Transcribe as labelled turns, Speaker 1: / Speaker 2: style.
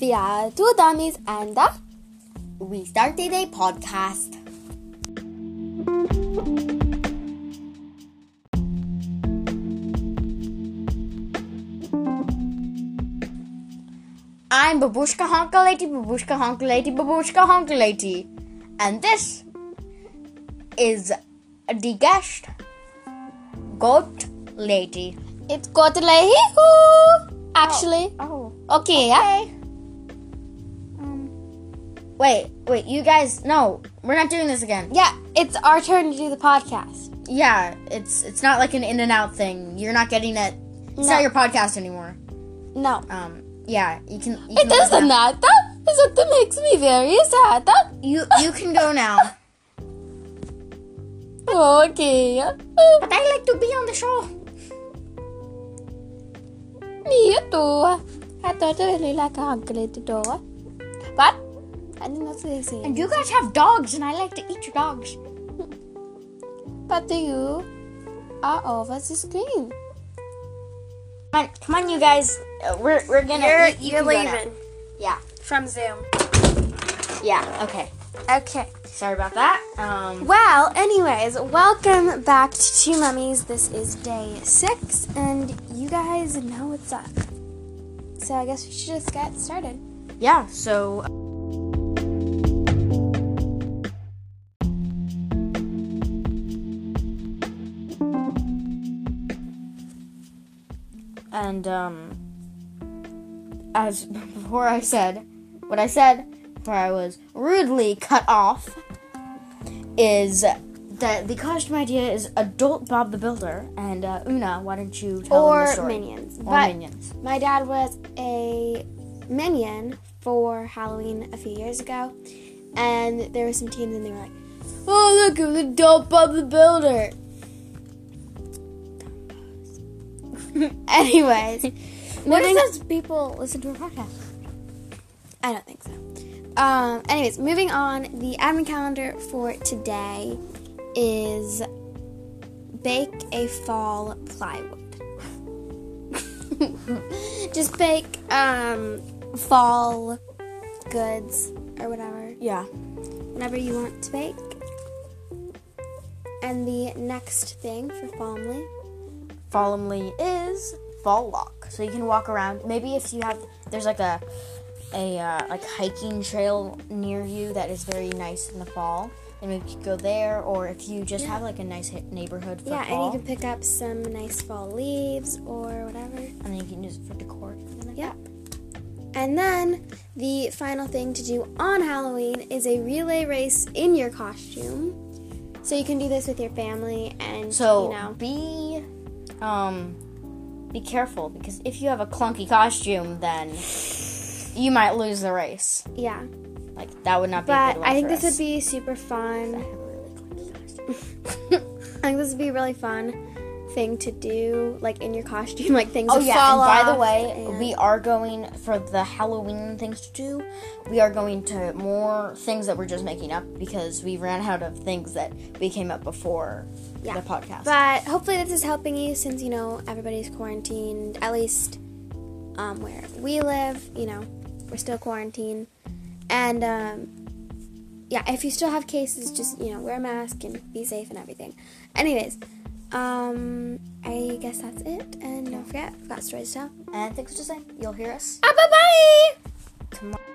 Speaker 1: We are uh, two dummies and uh, we started a podcast. I'm Babushka Honkalati, Babushka Honkalati, Babushka Honkalati. And this is the guest goat lady.
Speaker 2: It's got like hee-hoo. Actually,
Speaker 1: Oh.
Speaker 2: okay, yeah.
Speaker 1: Wait, wait, you guys, no, we're not doing this again.
Speaker 2: Yeah, it's our turn to do the podcast.
Speaker 1: Yeah, it's it's not like an in and out thing. You're not getting it. It's
Speaker 2: No.
Speaker 1: not your podcast anymore.
Speaker 2: No,
Speaker 1: Um, yeah, you can. You
Speaker 2: it
Speaker 1: can go
Speaker 2: isn't
Speaker 1: now.
Speaker 2: that. That is what that makes me very sad. That
Speaker 1: You you can go now.
Speaker 2: okay.
Speaker 1: but I like to be on the show.
Speaker 2: Me too. I thought I really like a uncle at the door, but ah. I didn't know what they say.
Speaker 1: And you guys have dogs, and I like to eat your dogs.
Speaker 2: But you are over the screen.
Speaker 1: Come on, come on, you guys. Uh, we're we're gonna.
Speaker 3: You're,
Speaker 1: you- you
Speaker 3: you're
Speaker 1: can go now.
Speaker 3: leaving
Speaker 1: Yeah,
Speaker 3: from Zoom.
Speaker 1: yeah. Okay.
Speaker 3: Okay.
Speaker 1: Sorry about that. Um.
Speaker 2: Well, anyways, welcome back to Two Mummies. This is day six, and you guys know what's up. So I guess we should just get started.
Speaker 1: Yeah. So. And um, as before, I said what I said before I was rudely cut off is that the costume idea is adult Bob the Builder and uh, Una. Why don't you tell them the
Speaker 2: Or
Speaker 1: story?
Speaker 2: minions.
Speaker 1: Or
Speaker 2: but
Speaker 1: minions.
Speaker 2: my dad was a minion for Halloween a few years ago, and there were some teens, and they were like, "Oh, look, I'm the dope Bob the Builder." Anyways, what if those people listen to a podcast? I don't think so. Um, anyways, moving on. The admin calendar for today is bake a fall plywood. Just bake um, fall goods or whatever,
Speaker 1: Yeah.
Speaker 2: whatever you want to bake. And the next thing for Falmley,
Speaker 1: Folumly is fall walk. So you can walk around. Maybe if you have there's like a a uh, like hiking trail near you that is very nice in the fall, and maybe you could go there. Or if you just have like a nice hi- neighborhood for
Speaker 2: yeah,
Speaker 1: fall,
Speaker 2: and you can pick up some nice fall leaves or whatever.
Speaker 1: and then you can use it for decor. something like
Speaker 2: Yep. And then the final thing to do on Halloween is a relay race in your costume. So you can do this with your family and
Speaker 1: that. So
Speaker 2: you know.
Speaker 1: be um be careful because if you have a clunky costume, then you might lose the race.
Speaker 2: Yeah.
Speaker 1: Like that would not be. a
Speaker 2: But
Speaker 1: good one
Speaker 2: I think
Speaker 1: for
Speaker 2: this would be super fun. I think this would be a really fun thing to do, like in your costume, like things
Speaker 1: Oh
Speaker 2: would
Speaker 1: yeah,
Speaker 2: fall
Speaker 1: and by the
Speaker 2: off
Speaker 1: way,
Speaker 2: and-
Speaker 1: we are going for the Halloween things to do. We are going to more things that we're just making up because we ran out of things that we came up before
Speaker 2: Yeah.
Speaker 1: the podcast.
Speaker 2: But hopefully this is helping you since you know everybody's quarantined. At least um, where we live, you know, we're still quarantined. And um, yeah, if you still have cases, just you know wear a mask and be safe and everything. Anyways, um, I guess that's it. And don't forget, I've got stories to tell.
Speaker 1: and things to say, you'll hear us
Speaker 2: Ah, bye bye.
Speaker 1: tomorrow.